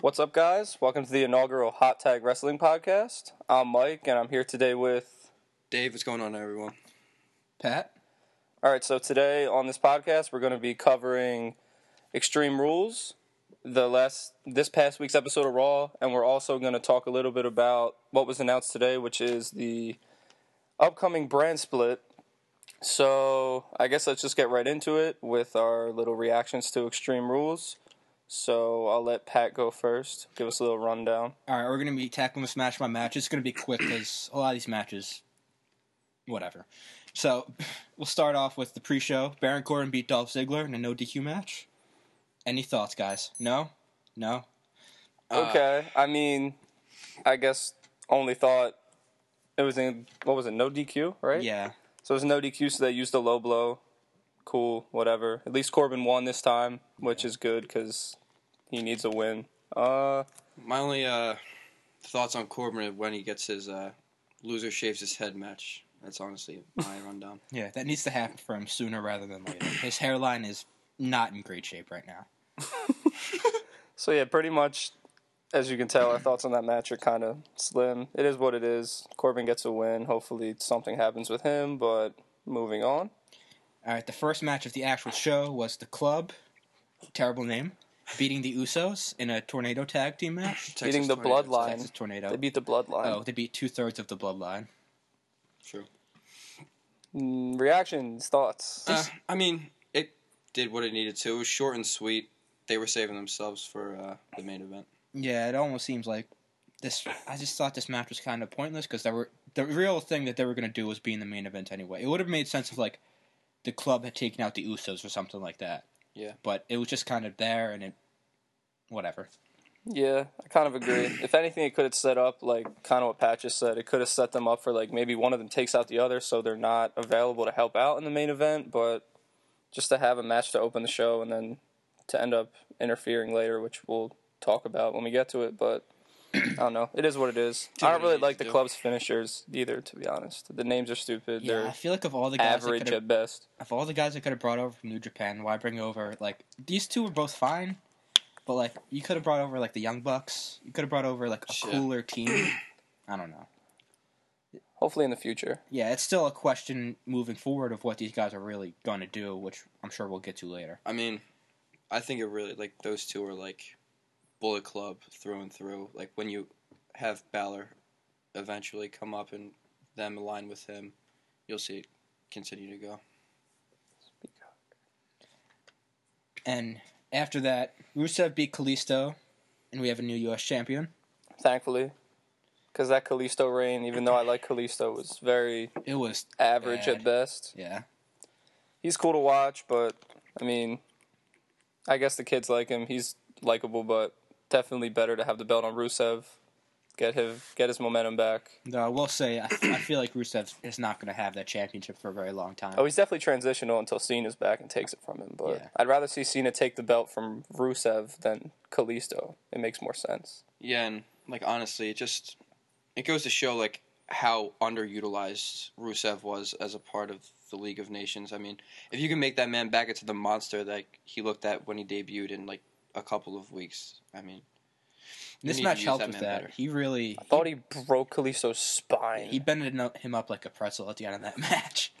What's up, guys? Welcome to the inaugural Hot Tag Wrestling Podcast. I'm Mike, and I'm here today with. Dave, what's going on, everyone? Pat? All right, so today on this podcast, we're going to be covering Extreme Rules, the last this past week's episode of Raw, and we're also going to talk a little bit about what was announced today, which is the upcoming brand split. So I guess let's just get right into it with our little reactions to Extreme Rules. So I'll let Pat go first. Give us a little rundown. All right, we're going to be tackling this match by match. It's going to be quick because a lot of these matches, whatever. So we'll start off with the pre show. Baron Corbin beat Dolph Ziggler in a no DQ match. Any thoughts, guys? No? No? Uh, Okay, I mean, I guess only thought it was in what was it? No DQ, right? Yeah. So it was no DQ, so they used a low blow. Cool, whatever. At least Corbin won this time, which is good because he needs a win. Uh, My only uh, thoughts on Corbin are when he gets his uh, loser shaves his head match. That's honestly my rundown. Yeah, that needs to happen for him sooner rather than later. His hairline is not in great shape right now. so yeah, pretty much, as you can tell, our thoughts on that match are kind of slim. It is what it is. Corbin gets a win. Hopefully, something happens with him. But moving on. All right, the first match of the actual show was the club, terrible name, beating the Usos in a tornado tag team match. Texas Beating the Tornadoes. bloodline. Texas Tornado. They beat the bloodline. oh, they beat two thirds of the bloodline. True. Mm, reactions, thoughts. Uh, I mean, it did what it needed to. It was short and sweet. They were saving themselves for uh, the main event. Yeah, it almost seems like this. I just thought this match was kind of pointless because they were the real thing that they were going to do was be in the main event anyway. It would have made sense if like the club had taken out the Usos or something like that. Yeah. but it was just kind of there and it, whatever. Yeah, I kind of agree. if anything, it could have set up like kind of what Pat just said. It could have set them up for like maybe one of them takes out the other, so they're not available to help out in the main event. But just to have a match to open the show and then to end up interfering later, which we'll talk about when we get to it. But I don't know. It is what it is. I what don't it really needs like the to do. club's finishers either, to be honest. The names are stupid. Yeah, I they're feel like of all the guys, that average could have, at best. of all the guys that could have brought over from New Japan, why bring over like these two were both fine, but like you could have brought over like the Young Bucks. You could have brought over like a Sure. cooler team. I don't know. Hopefully, in the future. Yeah, it's still a question moving forward of what these guys are really going to do, which I'm sure we'll get to later. I mean, I think it really like those two are like Bullet Club through and through. Like when you have Balor eventually come up and them align with him, you'll see it continue to go. And after that, Rusev beat Kalisto, and we have a new U.S. champion. Thankfully. Because that Kalisto reign, even though I like Kalisto, was very It was average Bad. at best. yeah, he's cool to watch, but I mean, I guess the kids like him. He's likable, but definitely better to have the belt on Rusev. Get him, get his momentum back. though I will say I, I feel like Rusev is not going to have that championship for a very long time. Oh, he's definitely transitional until Cena's back and takes it from him. But Yeah. I'd rather see Cena take the belt from Rusev than Kalisto. It makes more sense. Yeah, and like honestly, it just it goes to show like how underutilized Rusev was as a part of the League of Nations. I mean, if you can make that man back into the monster that he looked at when he debuted in like a couple of weeks, I mean, you this need to match use helped that with man that. better. He really I thought he broke Kalisto's spine. he bended no- him up like a pretzel at the end of that match.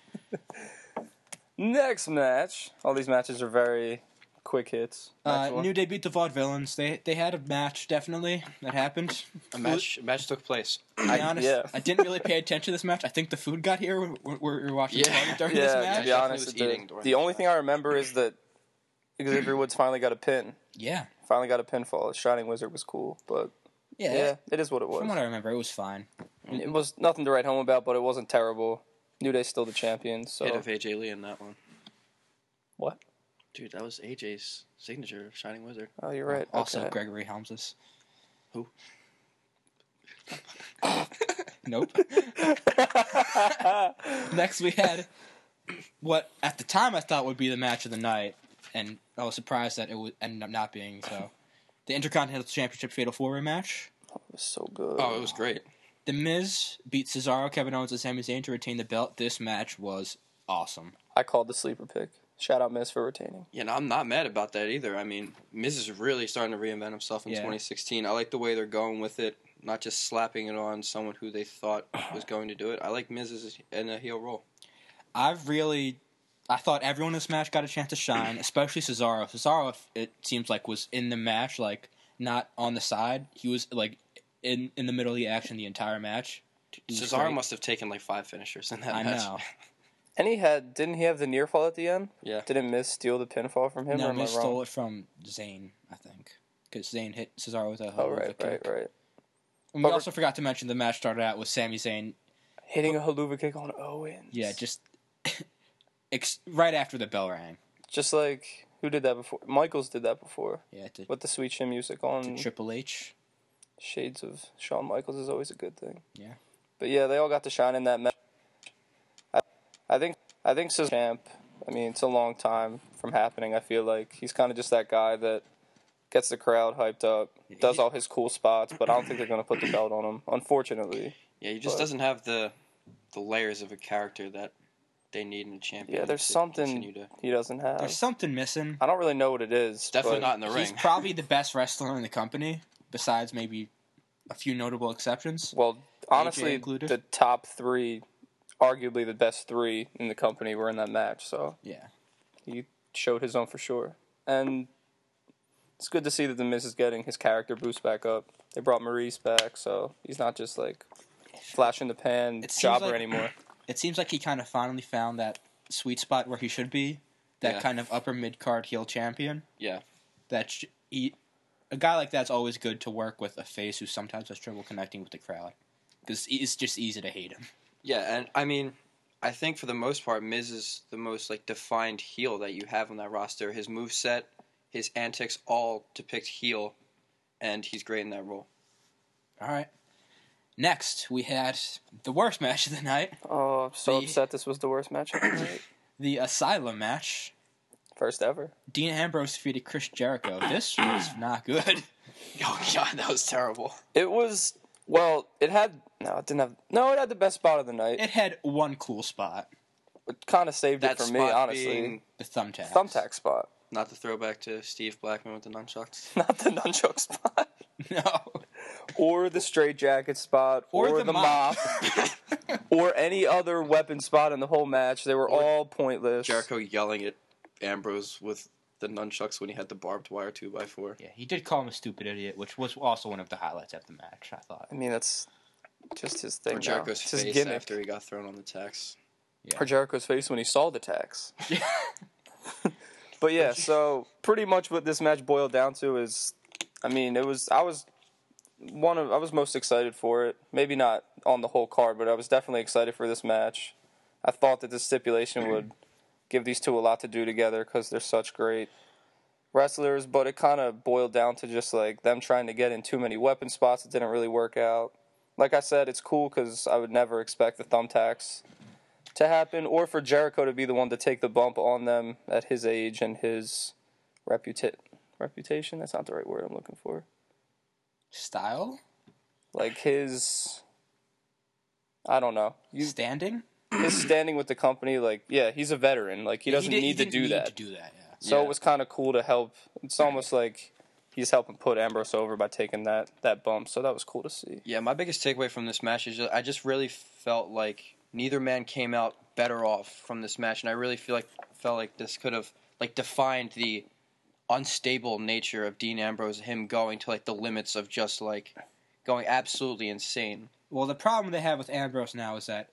Next match. All these matches are very quick hits. Next Uh, one. new Day beat the Vaudevillains. They they had a match definitely that happened. a match a match took place. To be honest, yeah. I didn't really pay attention to this match. I think the food got here. when we were we were watching Yeah. Charlotte during this yeah, match. to be Yeah, I honest, definitely it was did. eating during the this only thing I remember is that Xavier Woods finally got a pin. Yeah. Finally got a pinfall. Shining Wizard was cool, but yeah, yeah, it is what it was. From what I remember, it was fine. it was nothing to write home about, but it wasn't terrible. New Day's still the champions, so Hit of AJ Lee in that one, what? dude. That was AJ's signature of Shining Wizard. Oh, you're right. Also, okay. Gregory Helmsless. Who? nope. Next, we had what at the time I thought would be the match of the night, and I was surprised that it would ended up not being so. The Intercontinental Championship Fatal Four Way match. It was so good. Oh, it was great. The Miz beat Cesaro, Kevin Owens, and Sami Zayn to retain the belt. This match was awesome. I called the sleeper pick. Shout out Miz for retaining. Yeah, and I'm not mad about that either. I mean, Miz is really starting to reinvent himself in Yeah. 2016. I like the way they're going with it, not just slapping it on someone who they thought was going to do it. I like Miz as in a heel role. I've really, I thought everyone in Smash got a chance to shine, especially Cesaro. Cesaro, it seems like was in the match, like not on the side. He was like in in the middle of the action the entire match. He was Cesaro great. must have taken like five finishers in that I match. know. And he had didn't he have the near fall at the end? Yeah. Didn't Miz steal the pinfall from him? or No, am Miz I wrong? stole it from Zayn, I think, because Zayn hit Cesaro with a. Oh hell of a right, kick. right, Oh, right. And we also forgot to mention the match started out with Sami Zayn. Hitting a haluva kick on Owens. Yeah, just ex- right after the bell rang. just like who did that before? Michaels did that before Yeah, to, with the sweet chin music to on. Triple H. Shades of Shawn Michaels is always a good thing. Yeah. But yeah, they all got to shine in that match. I, I think I think Cesaro champ. I mean, it's a long time from happening. I feel like he's kind of just that guy that gets the crowd hyped up, does all his cool spots, but I don't think they're going to put the belt on him, unfortunately. Yeah, he just But- doesn't have the the layers of a character that they need in a champion. Yeah, there's to something continue to- he doesn't have. There's something missing. I don't really know what it is. Definitely but not in the He's ring. probably the best wrestler in the company, besides maybe a few notable exceptions. Well, honestly, included. the top three, arguably the best three in the company, were in that match. So Yeah. he showed his own for sure. And it's good to see that the Miz is getting his character boost back up. They brought Maurice back, so he's not just like flash in the pan It seems jobber like- anymore. It seems like he kind of finally found that sweet spot where he should be, that Yeah. kind of upper mid card heel champion. Yeah. That sh- he, a guy like that's always good to work with a face who sometimes has trouble connecting with the crowd because it's just easy to hate him. Yeah, and I mean, I think for the most part, Miz is the most like defined heel that you have on that roster. His moveset, his antics, all depict heel, and he's great in that role. All right. Next, we had the worst match of the night, Oh, I'm so The- upset this was the worst match of the night. the Asylum match. First ever. Dean Ambrose defeated Chris Jericho. This was not good. Oh god, that was terrible. It was well, it had no, it didn't have no, it had the best spot of the night. It had one cool spot, It kinda saved That it for spot me, honestly. being the thumbtack. Thumbtack spot. not the throwback to Steve Blackman with the nunchucks. Not the nunchuck spot. No. Or the straight jacket spot. Or, the, mop. or any other weapon spot in the whole match. They were all pointless. Jericho yelling at Ambrose with the nunchucks when he had the barbed wire two by four. yeah, he did call him a stupid idiot, which was also one of the highlights of the match, I thought. I mean, that's just his thing. Or now. Jericho's It's his face gimmick. after he got thrown on the tax. Or Jericho's face when he saw the tax. But yeah, so pretty much what this match boiled down to is, I mean, it was I was one of I was most excited for it. Maybe not on the whole card, but I was definitely excited for this match. I thought that this stipulation would give these two a lot to do together because they're such great wrestlers. But it kind of boiled down to just like them trying to get in too many weapon spots that didn't really work out. Like I said, it's cool because I would never expect the thumbtacks to happen or for Jericho to be the one to take the bump on them at his age and his reputa- reputation. That's not the right word I'm looking for. Style? Like his, I don't know, Standing? his standing with the company. Like, yeah, he's a veteran. Like, he doesn't did- need to didn't do need that. to do that, yeah. so yeah. it was kind of cool to help. It's almost like he's helping put Ambrose over by taking that that bump. So that was cool to see. Yeah, my biggest takeaway from this match is just, I just really felt like neither man came out better off from this match, and I really feel like felt like this could have like defined the unstable nature of Dean Ambrose, him going to like the limits of just like going absolutely insane. Well, the problem they have with Ambrose now is that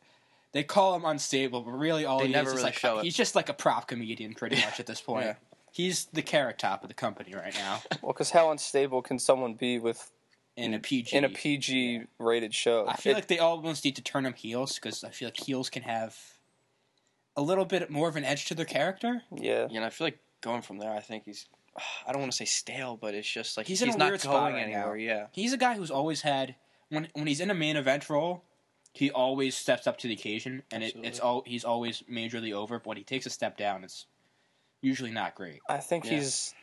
they call him unstable, but really all They he never is is really like show it. he's just like a prop comedian pretty much at this point. Yeah. He's the carrot top of the company right now Well, because how unstable can someone be with in a PG. in a PG rated show? I feel It- like they almost need to turn him heels because I feel like heels can have a little bit more of an edge to their character. yeah. You know, I feel like going from there, I think he's I don't want to say stale, but it's just like He's he's, in a not weird spot going right now. anywhere. Yeah, He's a guy who's always had when when he's in a main event role, he always steps up to the occasion, and it, it's Absolutely. all he's always majorly over. But when he takes a step down, it's usually not great. I think Yeah. he's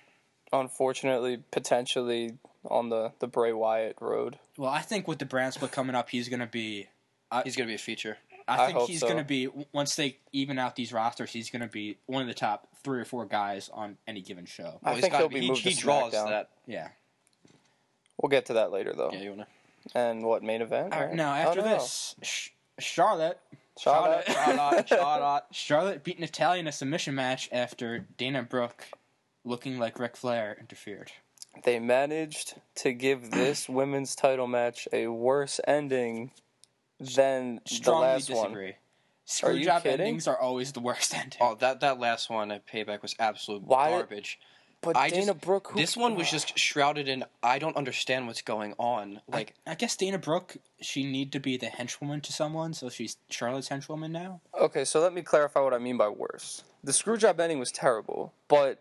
unfortunately potentially on the the Bray Wyatt road. Well, I think with the brand split coming up, he's gonna be he's gonna be a feature. I I think hope he's so. going to be w- once they even out these rosters, he's going to be one of the top three or four guys on any given show. I he's think gotta he'll be he, moved he to draws SmackDown. that. Yeah. We'll get to that later though. Yeah, you wanna? And what main event? All right, Or- now I Uh, after don't know. this, Sh- Charlotte Shout out. Shout out, shout out. Charlotte beat Natalia in a submission match after Dana Brooke, looking like Ric Flair, interfered. they managed to give this women's title match a worse ending than the Strongly last one. disagree. Screw you job kidding? endings are always the worst ending. Oh, that that last one at Payback was absolute Why- garbage. But I Dana just- Brooke, who- This one was just shrouded in I don't understand what's going on. Like I guess Dana Brooke, she need to be the henchwoman to someone, so she's Charlotte's henchwoman now. okay. So let me clarify what I mean by worse. The screwjob ending was terrible, but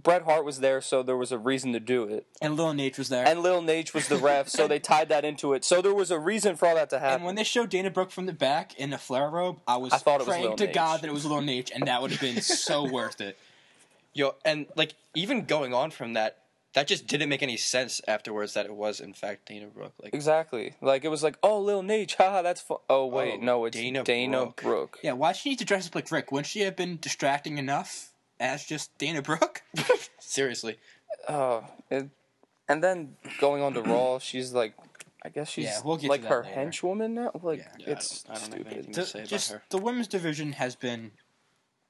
Bret Hart was there, so there was a reason to do it. And Lil Nate was there. And Lil Nate was the ref, so they tied that into it. So there was a reason for all that to And happen. when they showed Dana Brooke from the back in the flare robe, I was uh, I thought it was praying Lil to Nate. God that it was Lil Nate, and that would have been so worth it. yo, and like even going on from that, that just didn't make any sense afterwards. That it was in fact Dana Brooke. Like exactly. Like it was like, oh, Lil Nate, haha, that's fun. Oh wait, Oh, no, it's Dana, Dana Brooke. Brooke. Yeah, why'd she need to dress up like Rick? Wouldn't she have been distracting enough as just Dana Brooke? seriously, Oh, it, and then going on to Raw, she's like, I guess she's Yeah, we'll get to like that her later. henchwoman now. Like Yeah. Yeah, it's I don't- I don't have stupid. anything Th- to say about just her. the women's division has been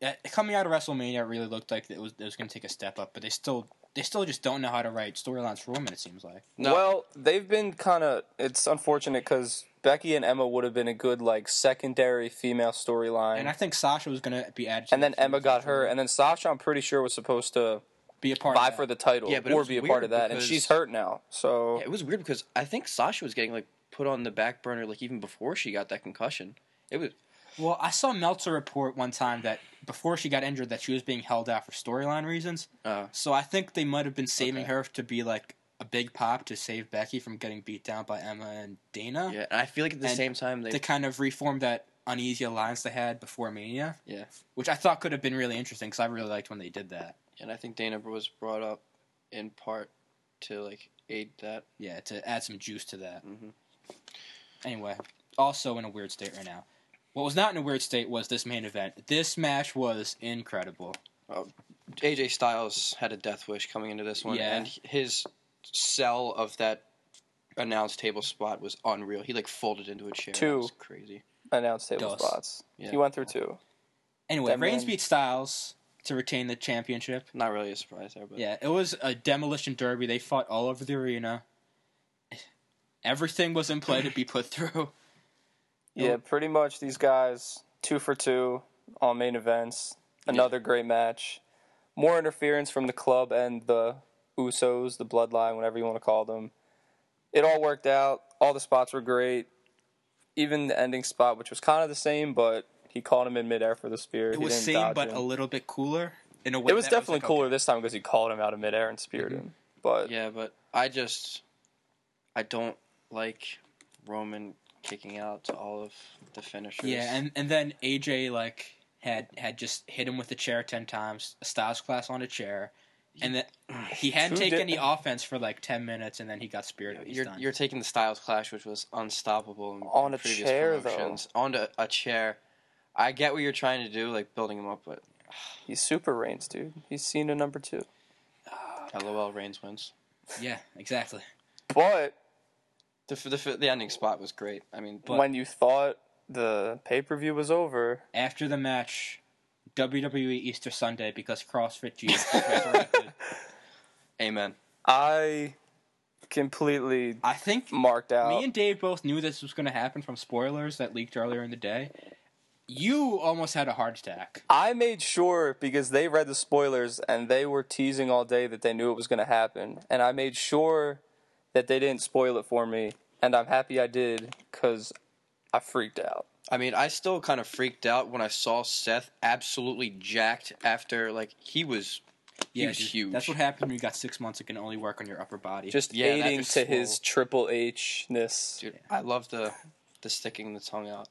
uh, coming out of WrestleMania. It really looked like it was it was going to take a step up, but they still they still just don't know how to write storylines for women. It seems like. No. Well, they've been kind of. It's unfortunate because Becky and Emma would have been a good like secondary female storyline, And and, I think Sasha was going to be added. To the then feud Emma got her, eventually. and then Sasha. I'm pretty sure was supposed to be a part. vie of for that. the title Yeah, but it or was be a part weird of that, and because- she's hurt now. So yeah, it was weird because I think Sasha was getting like put on the back burner like even before she got that concussion. It was Well, I saw Meltzer report one time that before she got injured, that she was being held out for storyline reasons. uh, So I think they might have been saving Okay. her to be like a big pop to save Becky from getting beat down by Emma and Dana yeah, and I feel like at the And same time they to kind of reform that uneasy alliance they had before Mania. Yeah. Which I thought could have been really interesting because I really liked when they did that. and I think Dana was brought up in part to like aid that. Yeah, to add some juice to that. Mm-hmm. Mhm. Anyway, also in a weird state right now. What was not in a weird state was this main event. This match was incredible. AJ Styles had a death wish coming into this one, Yeah. and his sell of that announce table spot was unreal. He like folded into a chair. That Two. was crazy. announced table Dos. spots. Yeah. He went through two. Anyway, That Reigns man- beat Styles to retain the championship. Not really a surprise there, but Yeah, it was a demolition derby. They fought all over the arena. Everything was in play to be put through. Yeah, pretty much these guys two for two on main events. Another great match. More interference from the club and the Usos, the Bloodline, whatever you want to call them. It all worked out. All the spots were great. Even the ending spot, which was kind of the same, but he caught him in midair for the spear. It he was didn't same dodge but him. a little bit cooler in a way. it was that definitely like, cooler okay. this time because he called him out of midair and speared Mm-hmm. him. But yeah, but I just I don't like Roman kicking out to all of the finishers. Yeah, and and then AJ like had had just hit him with the chair ten times. Styles class on a chair, and then he hadn't Who taken did- any offense for like ten minutes, and then he got speared. you're you're taking the Styles Clash, which was unstoppable in, On in a previous chair, though. promotions. On a, a chair. I get what you're trying to do, like building him up, but he's super reigns, dude. He's seen a number two. LOL Reigns wins. yeah, exactly. But The, f- the, f- the ending spot was great. I mean, but when you thought the pay per view was over, After the match, WWE Easter Sunday because CrossFit Jesus was resurrected. amen. I completely I think marked uh, out. Me and Dave both knew this was going to happen from spoilers that leaked earlier in the day. You almost had a heart attack. I made sure because they read the spoilers and they were teasing all day that they knew it was going to happen, and I made sure that they didn't spoil it for me, and I'm happy I did because I freaked out. I mean, I still kind of freaked out when I saw Seth absolutely jacked after, like, he was. He was dude, huge. That's what happens when you got six months and can only work on your upper body. Just Yeah, that aiding just to his Triple H ness. Dude, I love the, the sticking the tongue out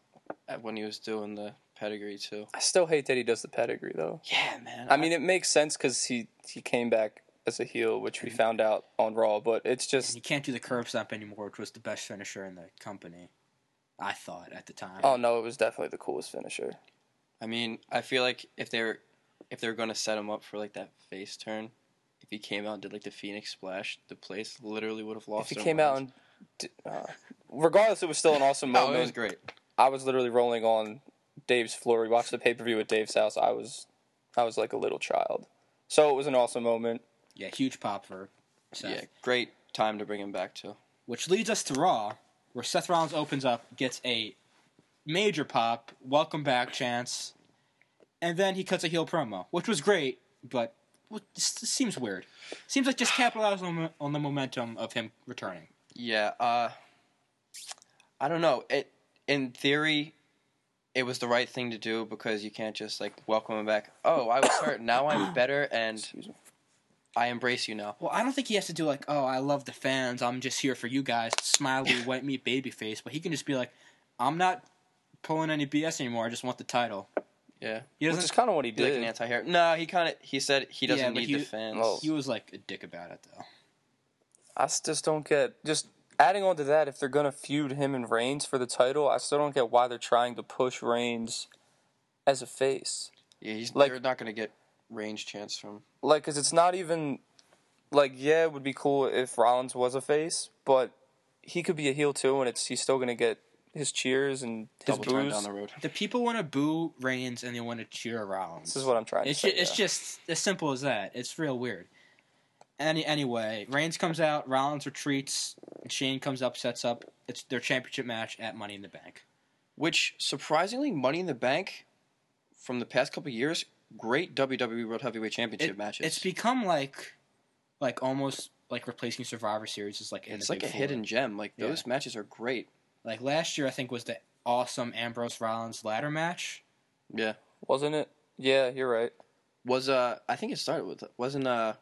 at- when he was doing the pedigree, too. I still hate that he does the pedigree though. Yeah, man. I mean, it makes sense because he he came back as a heel, which we found out on Raw, but it's just you can't do the curb stomp anymore, which was the best finisher in the company. I thought at the time. Oh no, it was definitely the coolest finisher. I mean, I feel like if they're if they're gonna set him up for like that face turn, if he came out and did like the Phoenix Splash, the place literally would have If lost. he their came out minds. and, d- uh, regardless, Oh, it was still an awesome no, moment. it was great. I was literally rolling on Dave's floor. We watched the pay per view at Dave's house. I was, I was like a little child. So it was an awesome moment. Yeah, huge pop for Seth. Yeah, great time to bring him back to. Which leads us to Raw, where Seth Rollins opens up, gets a major pop, welcome back chance, and then he cuts a heel promo, which was great, but w- s- seems weird. Seems like just capitalize on, the- on the momentum of him returning. Yeah, uh, I don't know. It in theory, it was the right thing to do because you can't just like welcome him back. Oh, I was hurt. Now I'm better, and Excuse me. I embrace you now. Well, I don't think he has to do like, oh, I love the fans, I'm just here for you guys, smiley white meat babyface, but he can just be like, I'm not pulling any BS anymore, I just want the title. Yeah, He Which doesn't. is kind of what he be like did. an anti-hero. No, he kind of he said he doesn't Yeah, but need he- the fans. Oh. he was like a dick about it though. I s- just don't get just adding on to that. If they're gonna feud him and Reigns for the title, I still don't get why they're trying to push Reigns as a face. Yeah, he's Like- they're not gonna get range chance from. Like, cause it's not even like yeah, it would be cool if Rollins was a face, but he could be a heel too, and it's he's still gonna get his cheers and his Double turn boos. down the road. The people want to boo Reigns and they want to cheer Rollins. This is what I'm trying It's to ju- say. it's yeah. just as simple as that. It's real weird. Any anyway, Reigns comes out, Rollins retreats, and Shane comes up, sets up. It's their championship match at Money in the Bank. Which surprisingly, Money in the Bank, from the past couple years, great WWE World Heavyweight Championship It- matches. It's become like, like almost like replacing Survivor Series is like in It's the like a Big Four. hidden gem. Like Yeah. those matches are great. Like last year, I think was the awesome Ambrose Rollins ladder match. Yeah. wasn't it? Yeah, you're right. was uh I think it started with wasn't uh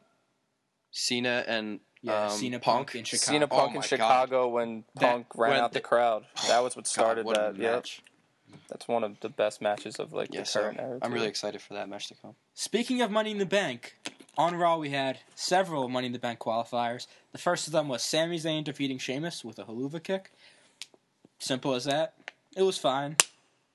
Cena and Yeah, um, Cena Punk. in Chicago. Cena Punk my in God. Chicago when That- Punk ran when out the the- crowd. That was what started what a that. Yep. match. That's one of the best matches of like Yeah, the so current era. I'm too. really excited for that match to come. Speaking of Money in the Bank, on Raw we had several Money in the Bank qualifiers. The first of them was Sami Zayn defeating Sheamus with a haluva kick. Simple as that. It was fine.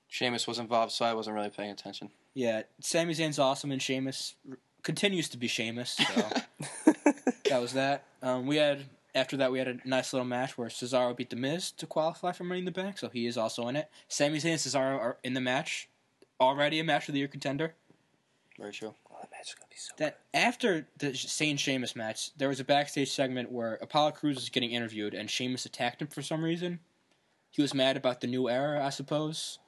Sheamus was involved, so I wasn't really paying attention. Yeah, Sami Zayn's awesome, and Sheamus r- continues to be Sheamus. So Oh, that was that. Um, we had after that we had a nice little match where Cesaro beat The Miz to qualify for Money in the Bank, so he is also in it. Sami Zayn and Cesaro are in the match, already a match of the year contender. Very true. Oh, that match is gonna be so that after the Sane Sheamus match, there was a backstage segment where Apollo Cruz was getting interviewed and Sheamus attacked him for some reason. He was mad about the new era, I suppose.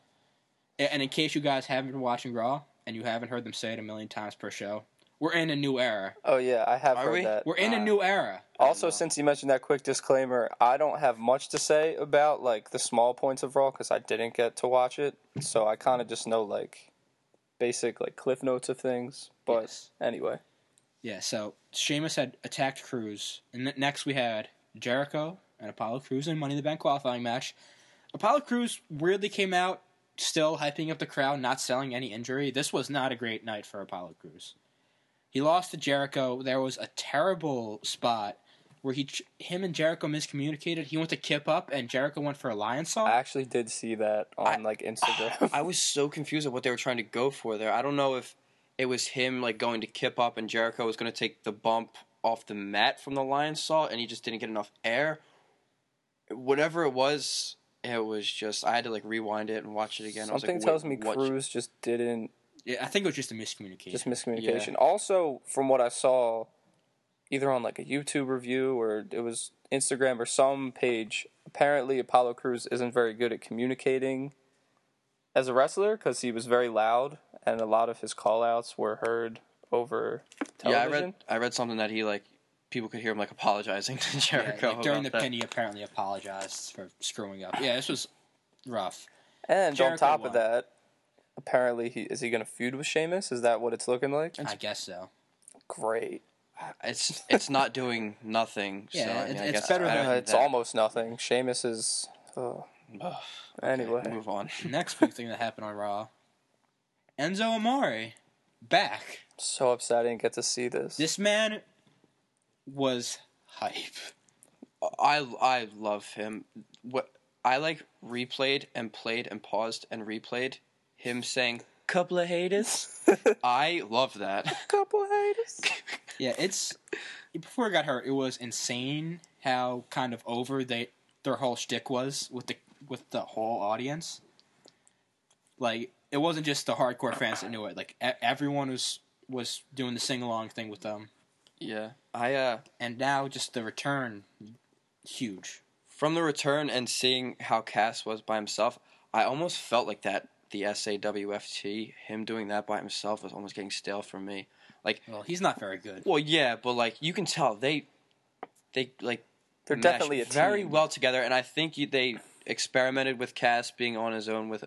A- And in case you guys haven't been watching Raw and you haven't heard them say it a million times per show, we're in a new era. Oh yeah, I have Are heard we? that. We're in a Uh, new era. Also, know. since you mentioned that quick disclaimer, I don't have much to say about like the small points of Raw because I didn't get to watch it, so I kind of just know like basic like cliff notes of things. But Yes. anyway, Yeah, so Sheamus had attacked Cruz, and th- next we had Jericho and Apollo Cruz in Money in the Bank qualifying match. Apollo Cruz weirdly came out still hyping up the crowd, not selling any injury. This was not a great night for Apollo Cruz. He lost to Jericho. There was a terrible spot where he, ch- him and Jericho miscommunicated. He went to kip up, and Jericho went for a lion I song. actually did see that on I- like Instagram. I was so confused at what they were trying to go for there. I don't know if it was him like going to kip up and Jericho was going to take the bump off the mat from the lion saw and he just didn't get enough air. Whatever it was, it was just I had to like rewind it and watch it again. I was like, Something wait, tells me what- Cruz just didn't Yeah, I think it was just a miscommunication. just miscommunication. Also, from what I saw, either on like a YouTube review or it was Instagram or some page, apparently Apollo Cruz isn't very good at communicating as a wrestler because he was very loud and a lot of his call outs were heard over Yeah, I television. read I read something that he like people could hear him like apologizing to Yeah, Jericho like, during the about that. pin, he apparently apologized for screwing up. Yeah, this was rough. and Jericho on top won. of that, apparently he is he going to feud with Sheamus? Is that what it's looking like? I guess so. Great. It's it's not doing nothing. so, Yeah, I mean, it- I it's guess better I than- Uh, don't- it's almost nothing. Sheamus is. Oh. Ugh, Anyway, move on. Next big thing that happened on Raw, Enzo Amore back. so upset I didn't get to see this. This man was hype. I I love him. What I like replayed and played and paused and replayed him saying couple of haters. I love that. Couple haters. Yeah, it's before I got hurt, it was insane how kind of over they their whole shtick was with the with the whole audience. Like it wasn't just the hardcore fans that knew it. Like e- everyone was was doing the sing along thing with them, Yeah. I uh and now just the return, huge. from the return and seeing how Cass was by himself, I almost felt like that the SAWFT, him doing that by himself was almost getting stale for me. Well, he's not very good. Well, yeah, but like you can tell they they like They're mesh definitely a team. very well together, and I think you, they experimented with Cass being on his own with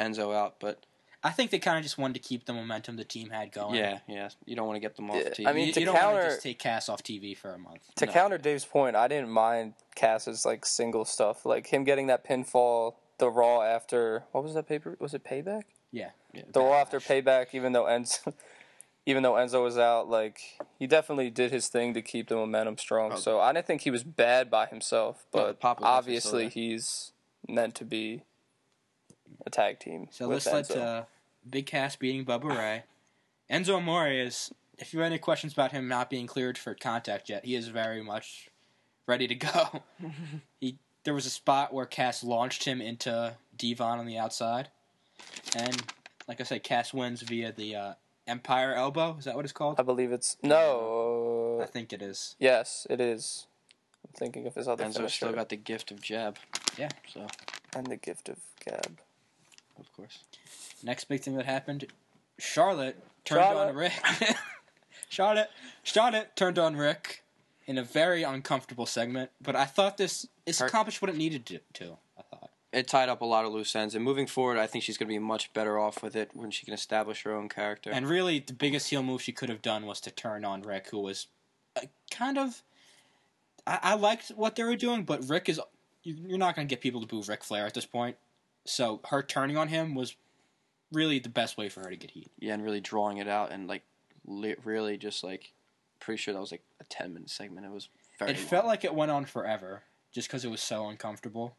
Enzo out, but I think they kind of just wanted to keep the momentum the team had going. yeah, yeah, you don't want to get them off Yeah, TV. I mean, you, to you don't want counter- to just take Cass off TV for a month. To No. counter Dave's point, I didn't mind Cass's like single stuff, like him getting that pinfall, the Raw after what was that paper? Was it Payback? Yeah, The Raw after Payback, even though Enzo, even though Enzo was out, like he definitely did his thing to keep the momentum strong. So I didn't think he was bad by himself, No, the but pop was definitely still obviously he's meant to be a tag team. So with let's let Enzo. uh, Big Cass beating Bubba Ray. Enzo Amore is, if you have any questions about him not being cleared for contact yet, he is very much ready to go. he There was a spot where Cass launched him into Devon on the outside. And, like I said, Cass wins via the uh, Empire Elbow. Is that what it's called? I believe it's no. I think it is. Yes, it is. I'm thinking of his other Enzo finisher still got the gift of jab. Yeah. so and the gift of gab. of course. Next big thing that happened Charlotte turned Charlotte. on Rick. Charlotte, Charlotte turned on Rick in a very uncomfortable segment, but I thought this this Her- accomplished what it needed to, to. I thought. It tied up a lot of loose ends, and moving forward, I think she's going to be much better off with it when she can establish her own character. And really, the biggest heel move she could have done was to turn on Rick, who was uh, kind of. I, I liked what they were doing, but Rick is. you- You're not going to get people to boo Ric Flair at this point. So her turning on him was really the best way for her to get heat. yeah, and really drawing it out and like li- really just like pretty sure that was like a ten minute segment. It was very. It felt like it went on forever, just because it was so uncomfortable.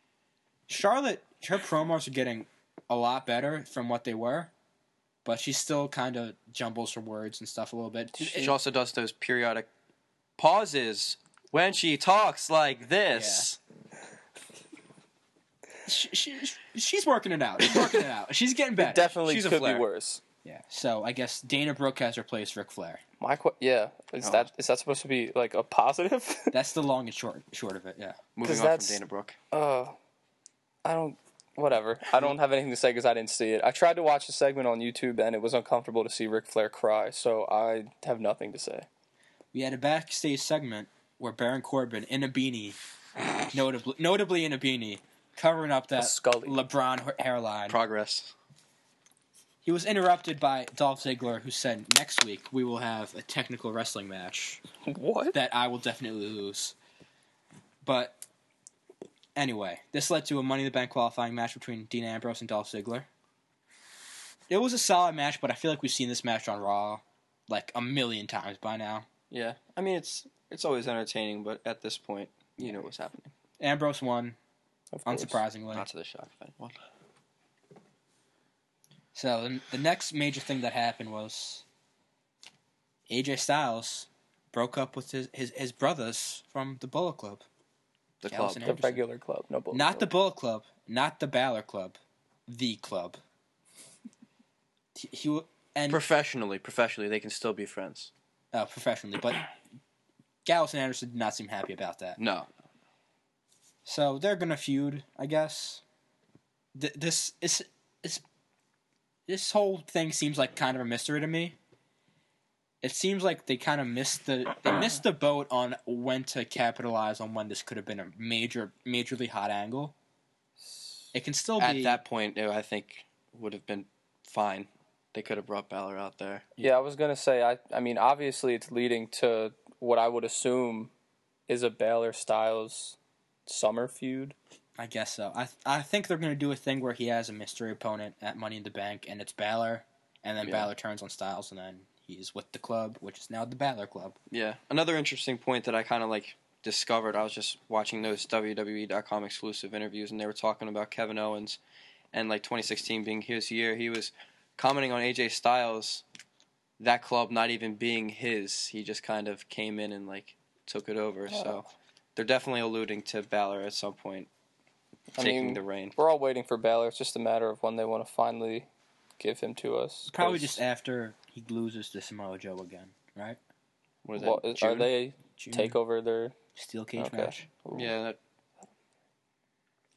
Charlotte, her promos are getting a lot better from what they were, but she still kind of jumbles her words and stuff a little bit. It- she also does those periodic pauses when she talks like this. she, she, she's working it out. She's working it out. She's getting better. Definitely She's a could be Flair. worse. Yeah. So I guess Dana Brooke has replaced Ric Flair. My qu- yeah, is Oh. that is that supposed to be like a positive? That's the long and short short of it. Yeah. Moving 'Cause on from that's- Dana Brooke. uh, I don't. Whatever. I don't have anything to say because I didn't see it. I tried to watch the segment on YouTube and it was uncomfortable to see Ric Flair cry, so I have nothing to say. We had a backstage segment where Baron Corbin in a beanie, notably notably in a beanie, covering up that Scully. LeBron ha- hairline. Progress. He was interrupted by Dolph Ziggler, who said, "Next week we will have a technical wrestling match What? that I will definitely lose." But anyway, this led to a Money in the Bank qualifying match between Dean Ambrose and Dolph Ziggler. It was a solid match, but I feel like we've seen this match on Raw like a million times by now. Yeah, I mean it's it's always entertaining, but at this point, you know what's happening. Ambrose won, Of course. unsurprisingly. Not to the shock of anyone. So the, the next major thing that happened was AJ Styles broke up with his, his, his brothers from the Bullet Club. The club. Allison The regular club, no bull. Not the Bullet Club, not the Balor Club, the club. He, he w- and Professionally, professionally, they can still be friends. uh, professionally, but Gallus and Anderson did not seem happy about that. No, So they're gonna feud, I guess. Th- this is is this whole thing seems like kind of a mystery to me. It seems like they kind of missed the they missed the boat on when to capitalize on when this could have been a major majorly hot angle. It can still at be that point, it, I think would have been fine. They could have brought Balor out there. Yeah, I was gonna say. I I mean, obviously, it's leading to what I would assume is a Baylor Styles summer feud. I guess so. I I think they're gonna do a thing where he has a mystery opponent at Money in the Bank, and it's Balor, and then Yeah. Balor turns on Styles, and then he's with the club, which is now the Balor Club. Yeah. Another interesting point that I kind of like discovered. I was just watching those WWE.com exclusive interviews, and they were talking about Kevin Owens and like 2016 being his year. He was commenting on AJ Styles, that club not even being his. He just kind of came in and like took it over. So they're definitely alluding to Balor at some point I taking mean, the reign. We're all waiting for Balor. It's just a matter of when they want to finally give him to us. Probably 'cause just after he loses to Samoa Joe again, right? What is what- that? are June? they June. take over their? Steel cage Okay. match. Yeah, that,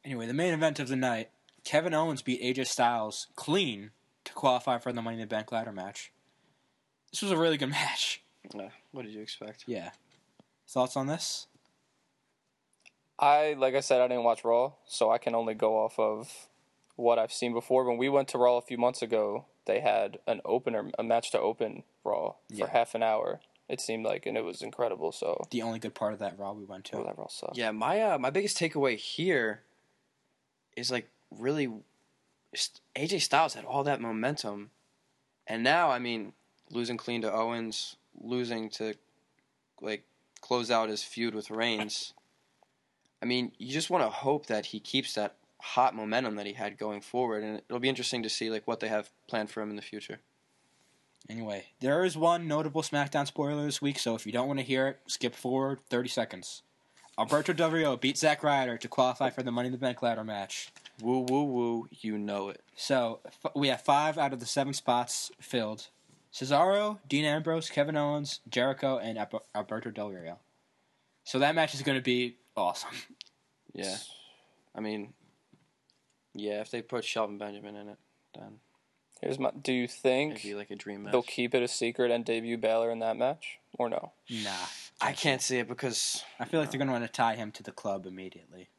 Anyway, the main event of the night: Kevin Owens beat AJ Styles clean to qualify for the Money in the Bank ladder match. This was a really good match. uh, what did you expect? Yeah. Thoughts on this? I like I said, I didn't watch Raw, so I can only go off of what I've seen before. When we went to Raw a few months ago, they had an opener, a match to open Raw Yeah. for half an hour. It seemed like, and it was incredible. So The only good part of that Raw we went to. oh, that Raw sucked. Yeah, my uh, my biggest takeaway here is like really st- AJ Styles had all that momentum, and now I mean losing clean to Owens, losing to like close out his feud with Reigns. I mean, you just want to hope that he keeps that hot momentum that he had going forward, and it'll be interesting to see like what they have planned for him in the future. Anyway, there is one notable SmackDown spoiler this week, so if you don't want to hear it, skip forward 30 seconds. Alberto Del Rio beat Zack Ryder to qualify for the Money in the Bank ladder match. Woo woo woo, you know it. So f- we have five out of the seven spots filled: Cesaro, Dean Ambrose, Kevin Owens, Jericho, and Ab- Alberto Del Rio. So that match is going to be awesome. Yeah, I mean, yeah, if they put Shelton Benjamin in it, then Here's my. Do you it'd think be like a dream match. they'll keep it a secret and debut Balor in that match, or no? Nah, I can't see it because I feel like they're going to want to tie him to the club immediately.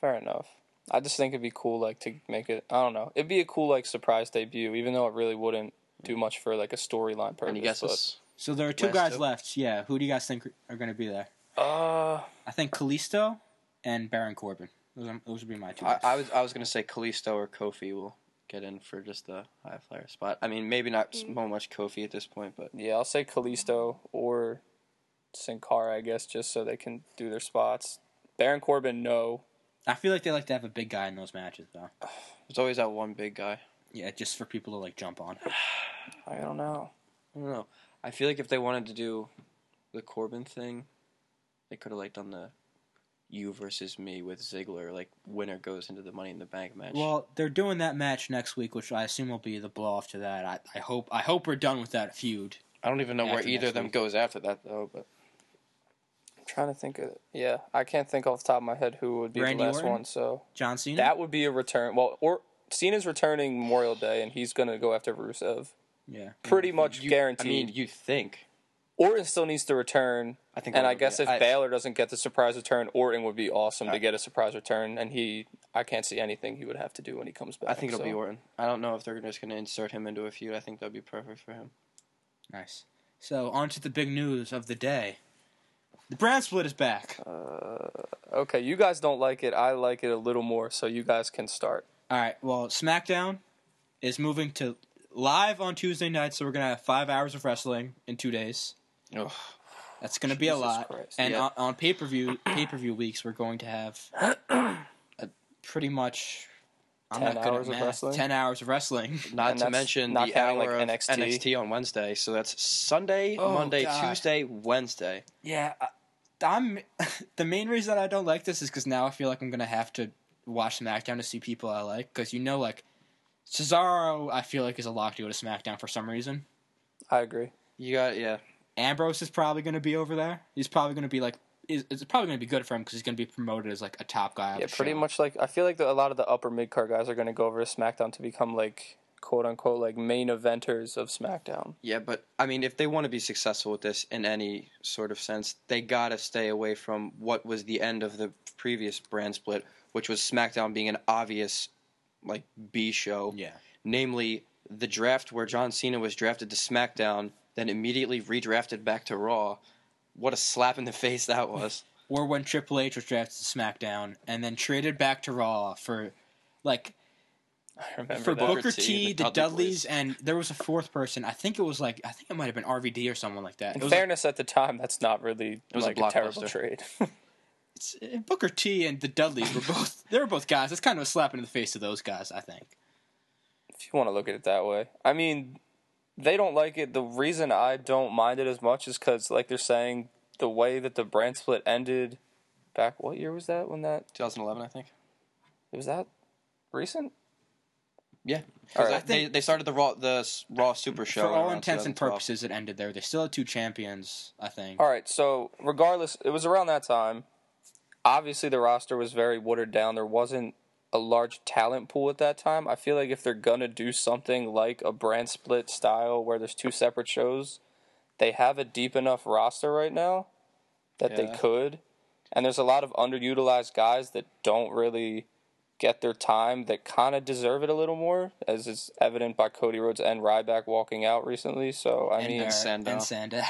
Fair enough. I just think it'd be cool, like to make it. I don't know. It'd be a cool like surprise debut, even though it really wouldn't do much for like a storyline purpose. any guesses? So there are two Last guys two? left. Yeah, who do you guys think are going to be there? but- uh, I think Kalisto and Baron Corbin. Those, are, those would be my two. I, guys. I was I was gonna say Kalisto or Kofi will get in for just the high flyer spot. I mean, maybe not so much Kofi at this point, but yeah, I'll say Kalisto or Sin Cara, I guess, just so they can do their spots. Baron Corbin, no. I feel like they like to have a big guy in those matches, though. there's always that one big guy. Yeah, just for people to like jump on. I don't know. I don't know. I feel like if they wanted to do the Corbin thing, they could have like done the you versus me with Ziggler. Like winner goes into the Money in the Bank match. Well, they're doing that match next week, which I assume will be the blow off to that. I, I hope I hope we're done with that feud. I don't even know where After either next of them week. goes after that though. But I'm trying to think of it. Yeah, I can't think off the top of my head who would be Randy the last Orton? one. So John Cena. that would be a return. Well, or Cena's returning Memorial Day, and he's gonna go after Rusev. yeah. Pretty much Mm, you, guaranteed. I mean, you think? Orton still needs to return. I think and that I would guess be- if I- Baylor doesn't get the surprise return, Orton would be awesome to get a surprise return. And he, I can't see anything he would have to do when he comes back. I think it'll so. be Orton. I don't know if they're just gonna insert him into a feud. I think that'd be perfect for him. Nice. So on to the big news of the day. The brand split is back. Okay, you guys don't like it. I like it a little more, so you guys can start. All right. Well, SmackDown is moving to live on Tuesday night, so we're gonna have five hours of wrestling in two days. Ugh. That's going to be a Jesus lot. Christ. And Yeah. on, on pay per view pay per view weeks, we're going to have a pretty much I'm 10 not good hours at of math, wrestling? ten hours of wrestling. Not And to that's mention not the counting, hour like, of NXT. NXT. on Wednesday. So that's Sunday, Oh, Monday, God. Tuesday, Wednesday. yeah, I, I'm. the main reason that I don't like this is because now I feel like I'm going to have to watch SmackDown to see people I like. Because you know, like Cesaro, I feel like is a lock to go to SmackDown for some reason. I agree. You got yeah. Ambrose is probably going to be over there. He's probably going to be like. is- It's probably going to be good for him because he's going to be promoted as like a top guy. on Yeah, the pretty show. much like I feel like the, a lot of the upper mid card guys are going to go over to SmackDown to become like quote unquote like main eventers of SmackDown. Yeah, but I mean if they want to be successful with this in any sort of sense, they gotta stay away from what was the end of the previous brand split, which was SmackDown being an obvious like B show. Yeah. Namely the draft where John Cena was drafted to SmackDown, then immediately redrafted back to Raw. What a slap in the face that was. or when Triple H was drafted to SmackDown and then traded back to Raw for like I remember for that. Booker, Booker T, T, the, the Dudley Dudleys, Boys. and there was a fourth person. I think it was like I think it might have been RVD or someone like that. It In was like, fairness, at the time, that's not really was a like a, terrible blockbuster. trade. it's- uh, Booker T and the Dudleys were both they were both guys. That's kind of a slap in the face to those guys. I think. if you want to look at it that way. I mean, they don't like it. The reason I don't mind it as much is because, like they're saying, the way that the brand split ended back. What year was that? When that 2011, I think. was that recent? Yeah, All 'Cause right. I- they they started the raw the s- raw super show for all around intents and 2012. purposes, it ended there. They still had two champions. I think. All right. So regardless, it was around that time. Obviously, the roster was very watered down. There wasn't a large talent pool at that time. I feel like if they're gonna do something like a brand split style where there's two separate shows, they have a deep enough roster right now that they Yeah. could. And there's a lot of underutilized guys that don't really get their time that kind of deserve it a little more, as is evident by Cody Rhodes and Ryback walking out recently. So I mean, uh, Sandow. and Sandow.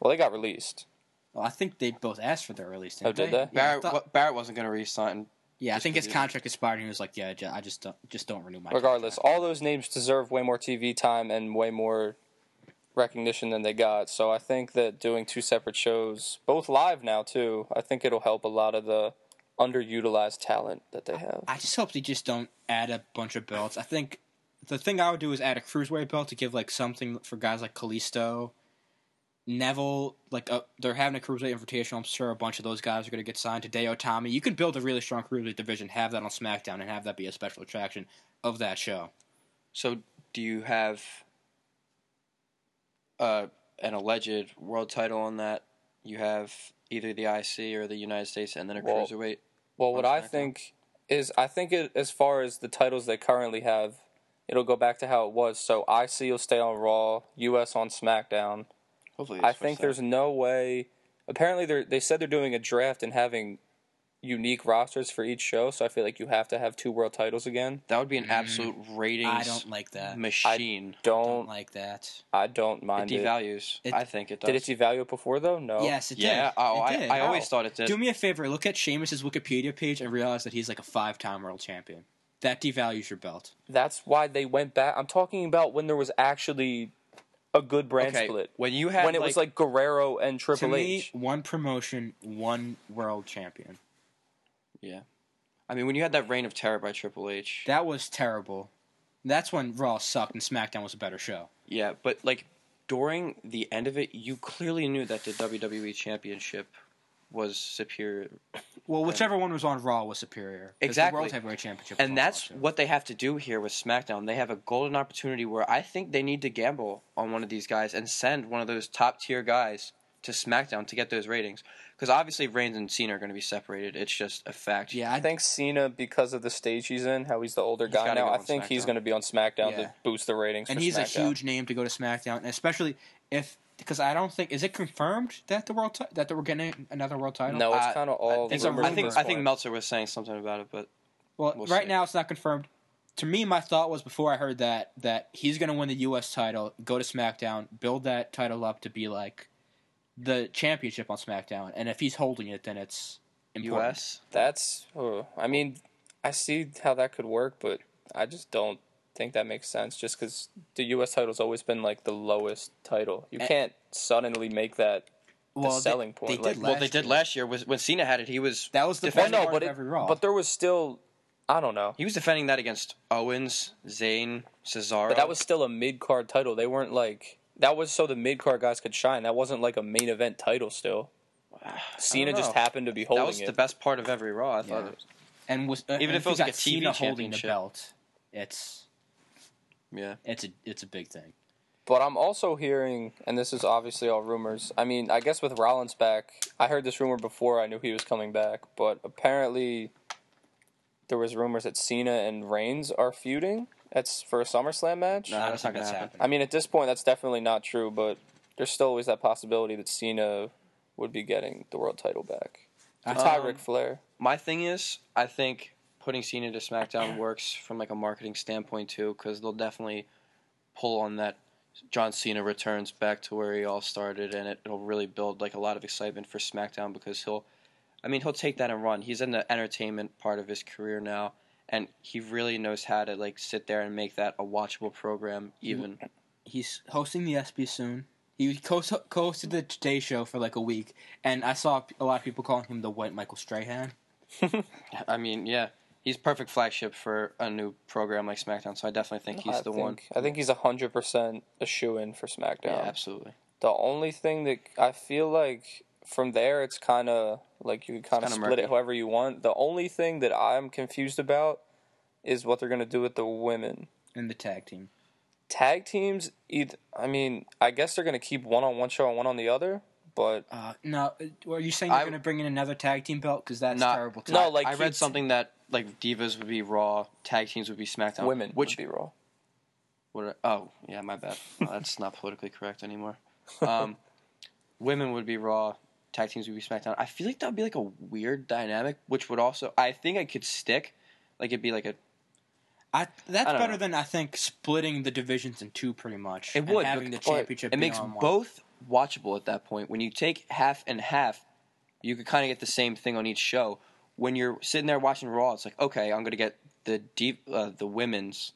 well, they got released. Well, I think they both asked for their release. Oh, did didn't they? Yeah, I, Barrett thought- wa- Barrett wasn't going to re-sign. yeah, I just think his because- contract expired, and he was like, "Yeah, ju- I just don't, just don't renew my." regardless, contract. all those names deserve way more TV time and way more recognition than they got. So I think that doing two separate shows, both live now too, I think it'll help a lot of the underutilized talent that they have. I just hope they just don't add a bunch of belts. I think the thing I would do is add a cruiserweight belt to give like something for guys like Kalisto, Neville. Like uh, they're having a cruiserweight invitation. I'm sure a bunch of those guys are going to get signed. Today, Otami. You could build a really strong cruiserweight division. Have that on SmackDown and have that be a special attraction of that show. So do you have uh, an alleged world title on that? You have either the IC or the United States, and then a Well, cruiserweight. Well, what on I SmackDown. think is, I think it, as far as the titles they currently have, it'll go back to how it was. So IC will stay on Raw, US on SmackDown. Hopefully, I think there's no way. Apparently, they they said they're doing a draft and having unique rosters for each show. So I feel like you have to have two world titles again. that would be an absolute Mm. ratings I don't like that. machine. I Don't, don't like that. I don't It mind it. devalues. It- I think it does. Did it devalue it before though? No. Yes, it yeah. did. Oh, It I, did. I always How? thought it did. Do me a favor. Look at Sheamus's Wikipedia page and realize that he's like a five-time world champion. That devalues your belt. That's why they went back. I'm talking about when there was actually a good brand okay, split. when you had When it was like Guerrero and to Triple me, H. one promotion, one world champion. yeah. I mean, when you had that reign of terror by Triple H, That was terrible. That's when Raw sucked and SmackDown was a better show. Yeah, but like during the end of it, you clearly knew that the WWE Championship was superior, Well, whichever one was on Raw was superior. 'cause The Exactly. World Heavyweight Championship. was on and that's Raw, too. what they have to do here with SmackDown. They have a golden opportunity where I think they need to gamble on one of these guys and send one of those top tier guys to SmackDown to get those ratings. Because obviously, Reigns and Cena are going to be separated. It's just a fact. Yeah, I I, think Cena, because of the stage he's in, how he's the older guy gotta now. go I on think he's SmackDown. going to be on SmackDown Yeah. to boost the ratings. and for he's SmackDown. a huge name to go to SmackDown, and especially if because I don't think is it confirmed that the world ti- that we're getting another world title. No, it's Uh, I- kind of all. It's a rumors I at think this I think point. Meltzer was saying something about it, but Well, We'll right see. now it's not confirmed. To me, my thought was before I heard that that he's going to win the U.S. title, go to SmackDown, build that title up to be like the championship on SmackDown, and if he's holding it, then it's important. US. That's. oh, I mean, I see how that could work, but I just don't think that makes sense. Just because the U.S. title's always been like the lowest title, you Eh. can't suddenly make that. Well, they- selling point, They did like- last Well, they did year. last year was when Cena had it. He was That was the Well, best Defend- no, part but of it, every Raw. but there was still. I don't know. he was defending that against Owens, Zayn, Cesaro. But that was still a mid card title. They weren't like that was so the mid card guys could shine. That wasn't like a main event title. Still, Cena just know. happened to be holding that was it. the best part of every Raw. I thought Yeah. it was. and was uh, Even and if it was you like got a TV Cena holding the championship. belt, it's Yeah, it's a it's a big thing. But I'm also hearing, and this is obviously all rumors. I mean, I guess with Rollins back, I heard this rumor before I knew he was coming back. But apparently, there was rumors that Cena and Reigns are feuding. That's for a SummerSlam match. No, I don't that's think not gonna that's happen. I mean, at this point, that's definitely not true. But there's still always that possibility that Cena would be getting the world title back. I- It's high Um, Ric Flair. my thing is, I think putting Cena to SmackDown works from like a marketing standpoint too, because they'll definitely pull on that. John Cena returns back to where he all started, and it, it'll really build like a lot of excitement for SmackDown because he'll, I mean, he'll take that and run. He's in the entertainment part of his career now, and he really knows how to like sit there and make that a watchable program. Even Mm-hmm. He's hosting the ESPY soon. He co hosted the Today Show for like a week, and I saw a lot of people calling him the White Michael Strahan. I mean, yeah, he's perfect flagship for a new program like SmackDown. So I definitely think he's I the think, one. I think he's hundred percent a shoe in for SmackDown. Yeah, absolutely. The only thing that I feel like from there, it's kind of like you can kind of kinda split murky. it however you want. The only thing that I'm confused about is what they're going to do with the women And the tag team. tag teams. Either, I mean, I guess they're going to keep one on one show and one on the other, but Uh, no, uh, are you saying they're I- going to bring in another tag team belt? Because that's Not- terrible. Too. No, like I read he's- something that like divas would be Raw, tag teams would be SmackDown. women which would be Raw. What are- oh yeah, my bad. Oh, that's not politically correct anymore. Um, women would be Raw, tag teams would be SmackDown. I feel like that would be like a weird dynamic, which would also I think I could stick. Like it'd be like a I, that's I don't better know. than I think splitting the divisions in two, pretty much. It and would, having the but- championship. it be makes on one. both watchable at that point. When you take half and half, you could kind of get the same thing on each show. When you're sitting there watching Raw, it's like okay, I'm gonna get the deep uh, the women's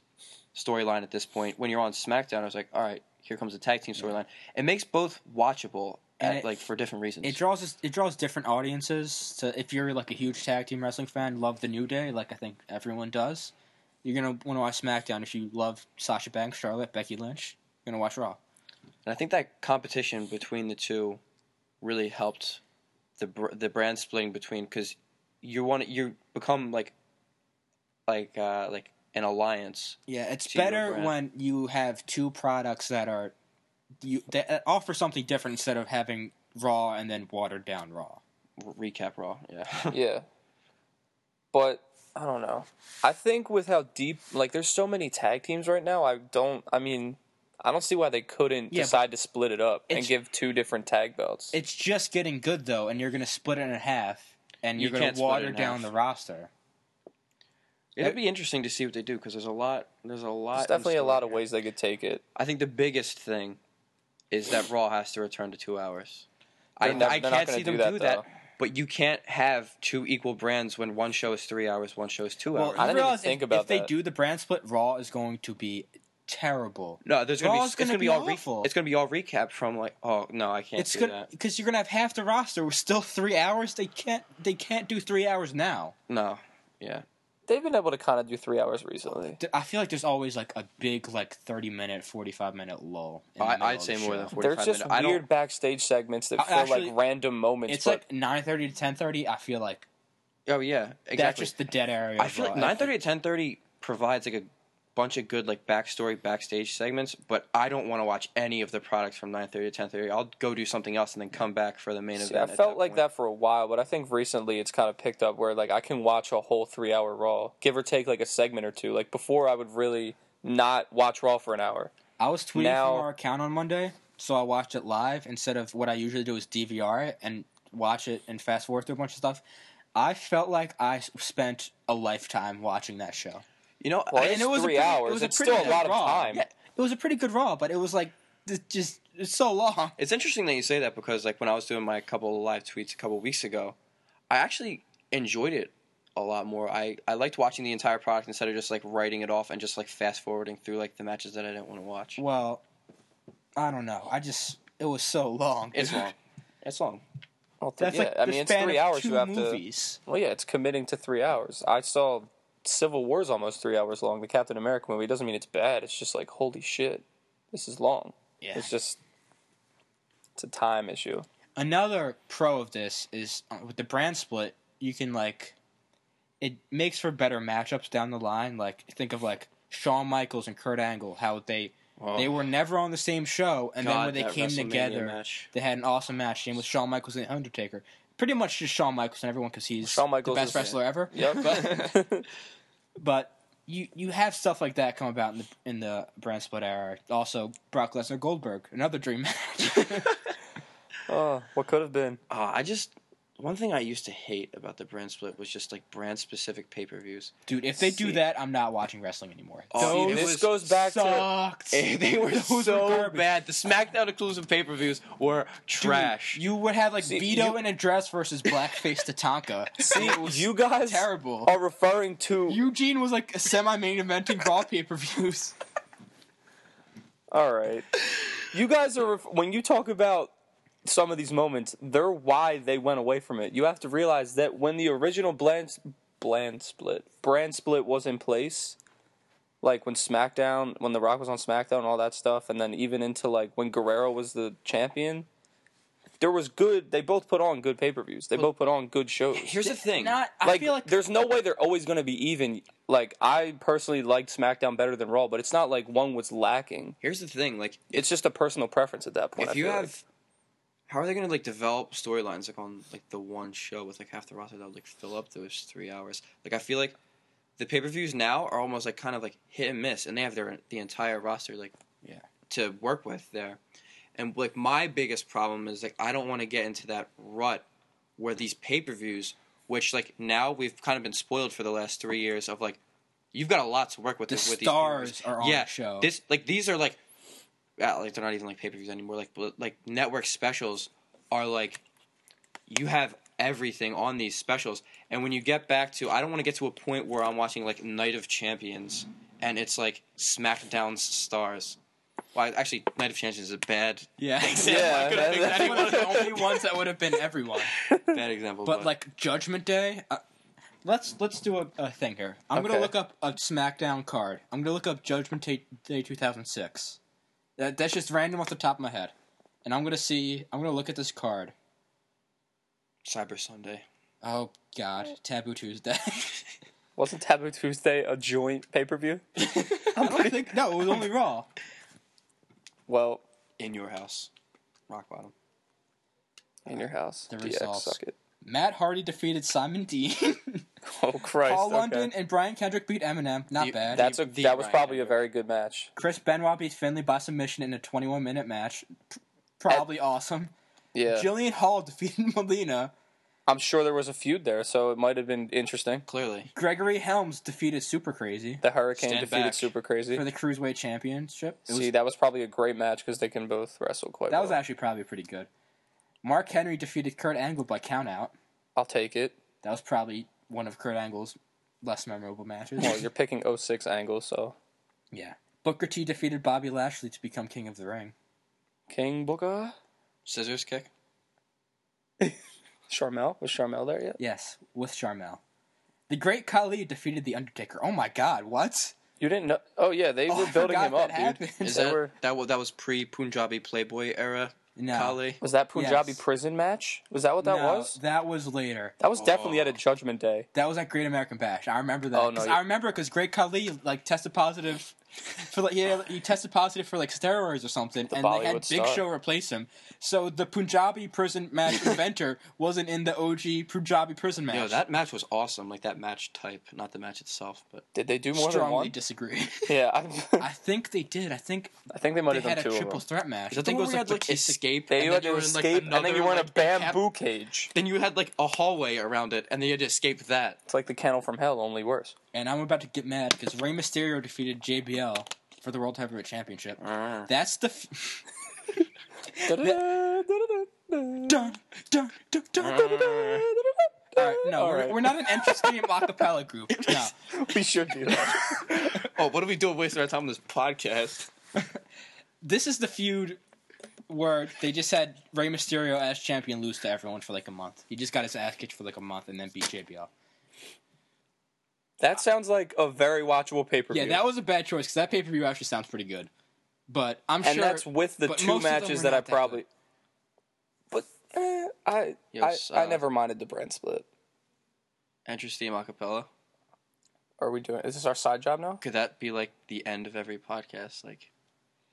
storyline at this point. When you're on SmackDown, I was like, all right, here comes the tag team storyline. It makes both watchable. And it- At, like for different reasons. It draws it draws different audiences. To if you're like a huge tag team wrestling fan, love the New Day, like I think everyone does. You're gonna want to watch SmackDown if you love Sasha Banks, Charlotte, Becky Lynch. You're gonna watch Raw. And I think that competition between the two really helped the br- the brand splitting between because you want you become like like uh, like an alliance. Yeah, it's See your better brand. when you have two products that are you that offer something different instead of having Raw and then watered down Raw. R- recap Raw, yeah. yeah. But I don't know. I think with how deep, like, there's so many tag teams right now. I don't. I mean, I don't see why they couldn't Yeah, but decide to split it up and it's- give two different tag belts. It's just getting good though, and you're gonna split it in half, and You you're gonna can't split it water in down half. the roster. It'll be interesting to see what they do because there's a lot. There's a lot. There's in definitely a store lot of here. ways they could take it. I think the biggest thing is that Raw has to return to two hours. I, They're never- I they're not can't gonna see them do do that, that, though. but you can't have two equal brands when one show is three hours, one show is two Well, hours. I you didn't even realize if- think about if they that. do the brand split, Raw is going to be terrible. No, there's gonna be Raw's it's gonna, gonna be, be all re- awful. it's gonna be all recap from like oh no I can't it's do good that because you're gonna have half the roster. We're still three hours. They can't. They can't do three hours now. no yeah They've been able to kind of do three hours recently. Th- I feel like there's always like a big like thirty minute, forty five minute lull. in the I, middle I'd of say the more show. than forty There's five just minutes I weird don't backstage segments that I- feel actually, like random moments. It's but like nine thirty to ten thirty. I feel like oh yeah that's exactly just the dead area. I of feel Raw. like nine thirty to ten thirty provides like a bunch of good like backstory backstage segments but I don't want to watch any of the products from nine thirty to ten thirty I'll go do something else and then come back for the main See, I event at felt like point. that for a while, but I think recently it's kind of picked up where like I can watch a whole three hour Raw, give or take like a segment or two. Like before, I would really not watch Raw for an hour. I was tweeting Now- from our account on Monday, so I watched it live instead of what I usually do is DVR it and watch it and fast forward through a bunch of stuff. I felt like I s- spent a lifetime watching that show. you know Well, I- it's and it was a three pretty- it hours. was a it's pretty still a lot good of Raw. time. Yeah, it was a pretty good Raw, but it was like th- just it's so long. It's interesting that you say that because like when I was doing my couple of live tweets a couple of weeks ago, I actually enjoyed it a lot more. I, I liked watching the entire product instead of just like writing it off and just like fast forwarding through like the matches that I didn't want to watch. Well, I don't know. I just it was so long. It's dude. long. It's long. Well, th- That's yeah, like I the mean, it's span three of hours. two You have to. movies. Well, yeah, it's committing to three hours. I saw Civil War's almost three hours long. The Captain America movie It doesn't mean it's bad. It's just like holy shit, this is long. Yeah. It's just it's a time issue. another pro of this is uh, with the brand split, you can like it makes for better matchups down the line. Like think of like Shawn Michaels and Kurt Angle, how they they were never on the same show, and God, then when that they came WrestleMania together, match. they had an awesome match. Same with Shawn Michaels and Undertaker. Pretty much just Shawn Michaels and everyone because he's Shawn Michaels the best is- wrestler ever. Yep. But you you have stuff like that come about in the in the brand split era. Also, Brock Lesnar Goldberg, another dream match. oh, what could have been. Uh, I just One thing I used to hate about the brand split was just like brand specific pay per views. Dude, if they See- do that, I'm not watching wrestling anymore. So Oh, it this was goes back to Sucked. They were Those were so garbage. bad. The SmackDown exclusive pay per views were Dude, trash. You would have like See, Vito you- in a dress versus blackface Tatanka. see you guys terrible. are referring to Eugene was like semi main eventing Raw pay per views. All right. You guys are ref- when you talk about some of these moments, they're why they went away from it. You have to realize that when the original bland bland split brand split was in place, like when SmackDown, when The Rock was on SmackDown, and all that stuff, and then even into like when Guerrero was the champion, there was good. They both put on good pay per views. They both put on good shows Here's the thing. Not, I like, feel like there's no way they're always going to be even. Like I personally liked SmackDown better than Raw, but it's not like one was lacking. Here's the thing. Like It's just a personal preference at that point. I if you feel have, like. how are they going to like develop storylines like on like the one show with like half the roster that would like fill up those three hours? Like I feel like the pay per views now are almost like kind of like hit and miss, and they have their the entire roster like Yeah. to work with there. And like my biggest problem is like I don't want to get into that rut where these pay per views, which like now we've kind of been spoiled for the last three years of like you've got a lot to work with. the with these pay-per-views. stars are on yeah, the show. This like these are like, ah, like they're not even like pay per views anymore. Like bl- like network specials are like, you have everything on these specials. And when you get back to, I don't want to get to a point where I'm watching like Night of Champions and it's like SmackDown's stars. Well, actually, Night of Champions is a bad yeah, Yeah, I could've picked that- any one of the only ones that would have been everyone. bad example. But like Judgment Day, uh, let's let's do a, a thing here. I'm Okay. gonna look up a SmackDown card. I'm gonna look up Judgment Ta- Day 2006. That that's just random off the top of my head, and I'm gonna see. I'm gonna look at this card. Cyber Sunday. Oh God, Taboo Tuesday. wasn't Taboo Tuesday a joint pay per view? I don't think no, it was only Raw. Well, In your house, rock bottom. in your house, The DX results. suck it. Matt Hardy defeated Simon Dean. Oh Christ! Paul okay. London and Brian Kendrick beat Eminem. Not The- bad. That's a The that was Ryan probably a Hendricks. very good match. Chris Benoit beats Finley by submission in a 21 minute match. P- Probably awesome. Yeah, Jillian Hall defeated Molina. I'm sure there was a feud there, so it might have been interesting. Clearly, Gregory Helms defeated Super Crazy The Hurricane Stand defeated back. Super Crazy. for the Cruiserweight Championship. It was, See, that was probably a great match because they can both wrestle quite that well. was actually probably pretty good. Mark Henry defeated Kurt Angle by countout. I'll take it. That was probably one of Kurt Angle's less memorable matches. Well, you're picking 06 angle, so yeah. Booker T defeated Bobby Lashley to become King of the Ring. King Booker. scissors kick. Charmel was Charmel there yet? Yes, with Charmel. The Great Khali defeated The Undertaker. Oh my god, what? You didn't know? Oh yeah, they Oh, were I building forgot him up, that dude. happened. Is They that were- that wa- that was pre Punjabi Playboy era? No. Kali. Was that Punjabi Yes. prison match? Was that what that No, was? That was later. That was definitely at a Oh. Judgment Day. That was at Great American Bash. I remember that. Oh, no, 'Cause you- I remember because Great Khali like tested positive for like yeah he tested positive for like steroids or something, and they had Bollywood Big star. Show replace him. So the Punjabi prison match inventor wasn't in the OG Punjabi prison match. Yo, that match was awesome. Like that match type, not the match itself, but Did they do more than strongly one? disagree. yeah, I, I think they did. I think I think they might they have done had two a triple of them. threat match. Is I that think the one where you had the like Kiss- escape? They and had then to were in, like, escape, and then another, you were in a like, cap- bamboo cage. Then you had like a hallway around it, and then you had to escape that. It's like the kennel from hell, only worse. And I'm about to get mad because Rey Mysterio defeated JBL for the World Heavyweight Championship. Ah. That's the. F- dun, dun, dun, dun, dun. All right, no, Ah. All we're, right. we're not an interesting acapella group. No. We should be. That. Oh, what are we doing wasting our time on this podcast? This is the feud where they just had Rey Mysterio as champion lose to everyone for like a month. He just got his ass kicked for like a month and then beat JBL. that sounds like a very watchable pay per view. Yeah, that was a bad choice because that pay per view actually sounds pretty good. But I'm and sure. that's with the but two most of them matches were that I not good. probably. But eh, I Yes, I, I uh, never minded the brand split. Interesting acapella. Are we doing? Is this our side job now? Could that be like the end of every podcast? Like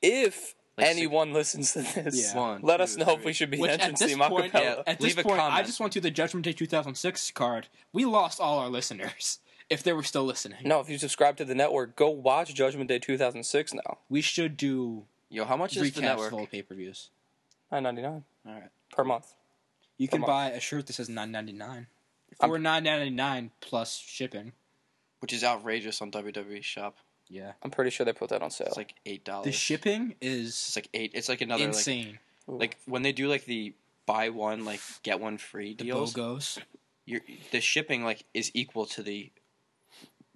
If Like six- anyone listens to this, Yeah. One, let two, us know if three. we should be Which mentioning at this Steve point, Acapella. at Leave this a point, I comment. just went through the Judgment Day 2006 card. We lost all our listeners if they were still listening. No, if you subscribe to the network, go watch Judgment Day 2006 now. We should do yo, how much is recaps the network? of all pay per views. Nine ninety nine All right, per month. You can Come on. buy a shirt that says nine ninety nine I'm- for nine ninety nine plus shipping. which is outrageous on WWE Shop. Yeah, I'm pretty sure they put that on sale. It's like eight dollars. the shipping It's is like eight. It's like another like insane. like when they do like the buy one like get one free the deals. bogos. You're, the shipping like is equal to the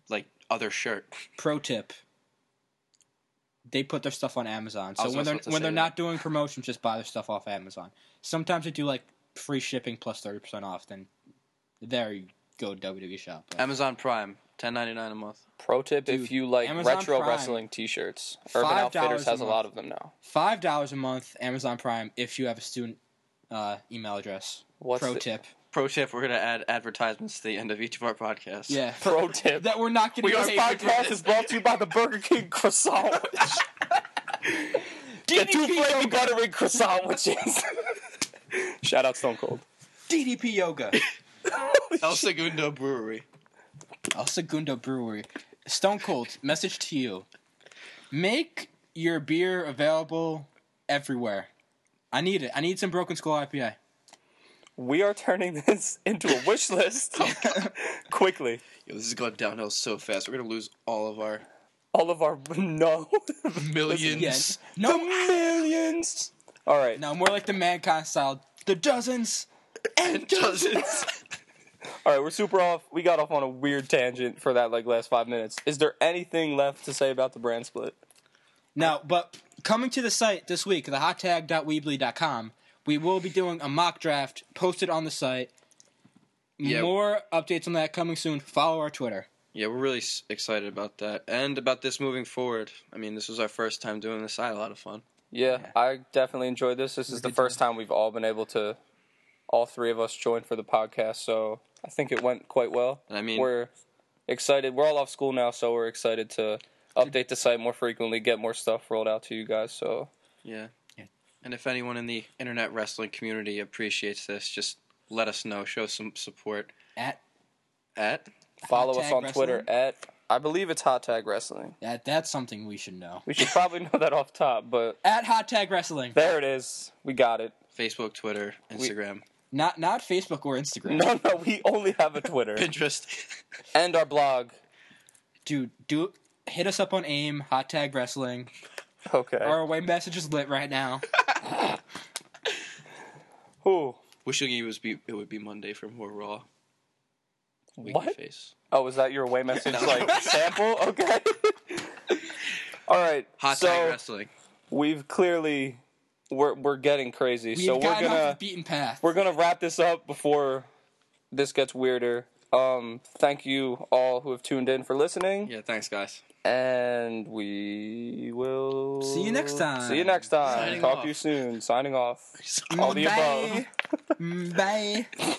like other shirt. Pro tip: They put their stuff on Amazon, so I was when just they're about to when say they're that. not doing promotions, just buy their stuff off Amazon. Sometimes they do like free shipping plus thirty percent off. Then there you go, WWE shop. But Amazon Prime, ten ninety nine a month. Pro tip: Dude, If you like Amazon retro Prime. wrestling T-shirts, Urban $5 Outfitters a has a month. lot of them now. Five dollars a month, Amazon Prime, if you have a student uh, email address. What's Pro the- tip: Pro tip: We're gonna add advertisements to the end of each of our podcasts. Yeah, Pro tip. that we're not getting We are paid for podcast this. is brought to you by the Burger King croissant. the two DDP flaky yoga. buttery croissant witches. Shout out Stone Cold. DDP Yoga, El Segundo Brewery. El Segundo Brewery, Stone Cold. Message to you: Make your beer available everywhere. I need it. I need some Broken Skull IPA. We are turning this into a wish list quickly. Yo, this is going downhill so fast. We're gonna lose all of our All of our no, millions. Yeah. the No, millions. All right, no, more like the mankind style. The dozens. and dozens. all right. We're super off. We got off on a weird tangent for that like last five minutes. Is there anything left to say about the brand split? No, but coming to the site this week, the hottag.weebly.com, we will be doing a mock draft posted on the site. Yeah. More updates on that coming soon. Follow our Twitter. yeah, we're really s- excited about that and about this moving forward. I mean, this was our first time doing this. I had a lot of fun. Yeah, I definitely enjoyed this. This is the first time we've all been able to, all three of us join for the podcast. So I think it went quite well. And I mean- we're excited. We're all off school now, so we're excited to update the site more frequently, get more stuff rolled out to you guys. So Yeah. Yeah. And if anyone in the internet wrestling community appreciates this, just let us know. Show some support At at follow us Tag on Twitter at I believe it's Hot Tag Wrestling. that, that's something we should know. We should probably know that off top, but At Hot Tag Wrestling, there it is. We got it. Facebook, Twitter, Instagram, not not Facebook or Instagram. No, no, we only have a Twitter Pinterest. and our blog. Dude, do hit us up on AIM, Hot Tag Wrestling. Okay. Our away message is lit right now. Who? Wishing it was be it would be Monday for more Raw. Winky What? Face. Oh, is that your away message like sample? Okay. All right. Hot so tag wrestling. we've clearly we're we're getting crazy. We've so we're gotten off gonna the beaten path. we're gonna wrap this up before this gets weirder. Um, thank you all who have tuned in for listening, Yeah, thanks guys. and we will See you next time. See you next time. Signing Talk off. to you soon. Signing off. All the above. Mm, Bye. Bye.